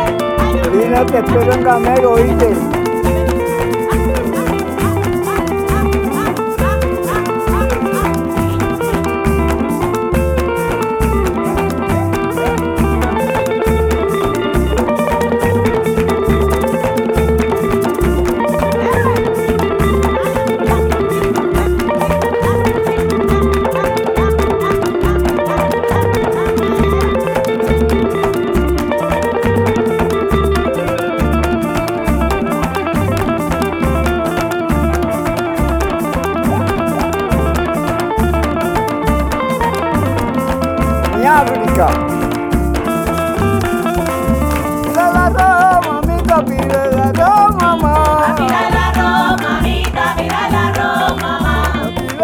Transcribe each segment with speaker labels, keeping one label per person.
Speaker 1: Eh,
Speaker 2: Mira que tú eres un gamero, ¿oíste? Ñábrica. Pide la Roma, amiga, pide la Roma, mamá.
Speaker 1: Mira la Roma, mamita, mira la Roma, mamá.
Speaker 2: Pide la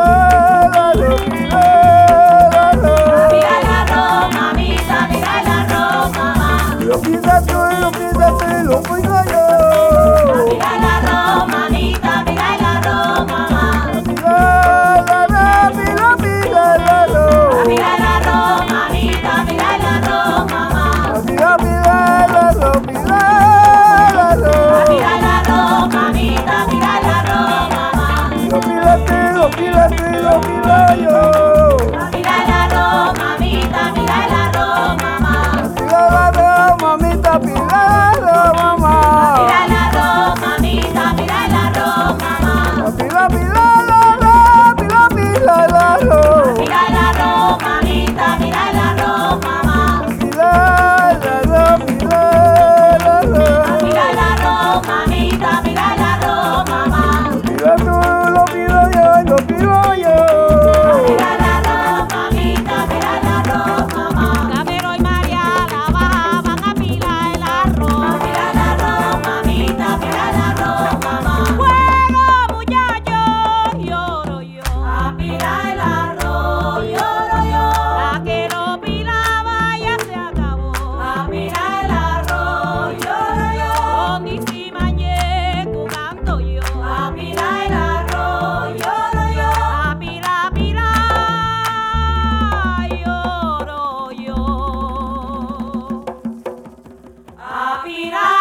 Speaker 2: Roma, pide la Roma.
Speaker 1: Mira la Roma, mamita, mira la Roma, mamá.
Speaker 2: Lo pide tú y lo pide tú y lo pido yo.
Speaker 1: Mira la Roma, mamita, mira la Roma, mamá.
Speaker 2: Pide la Roma, pide, pide la Roma.
Speaker 1: Mira la Roma, mamita, mira la Roma, mamá.
Speaker 2: Pide, pide la Roma, pide la Roma.
Speaker 1: Mira la Roma, mamita, mira la Roma, mamá.
Speaker 2: Lo pide tú, lo pide tú y lo pido yo.
Speaker 1: Mira la Roma, mamita, mira la Roma, mamá.
Speaker 2: Pilado, mamita, pilado,
Speaker 1: Mira
Speaker 2: mamá.
Speaker 1: la Roma, mamita, mira la Roma,
Speaker 2: Pila,
Speaker 1: mamá.
Speaker 2: pilado, pila, pilado. Pilado, pilado.
Speaker 1: Mira la Roma, mamita, mira la Roma, mamá. Mira la Roma, mamita, mira la Roma, mamá.
Speaker 2: Pila tú, lo pido yo, lo pido yo.
Speaker 1: Mira la Roma, mamita, mira la Roma, mamá. Gamero y María la baja, van a pilar el arroz. Mira la Roma, mamita, mira la Roma, mamá. Fuego, muchachos, lloro yo. A pilar Ah, el arroz, lloro yo. La que no pilaba ya se acabó. A pilar el arroz, lloro yo. Con y si mañé jugando yo. A pilar el arroz, lloro yo. A pilar, pilar, lloro yo. A pilar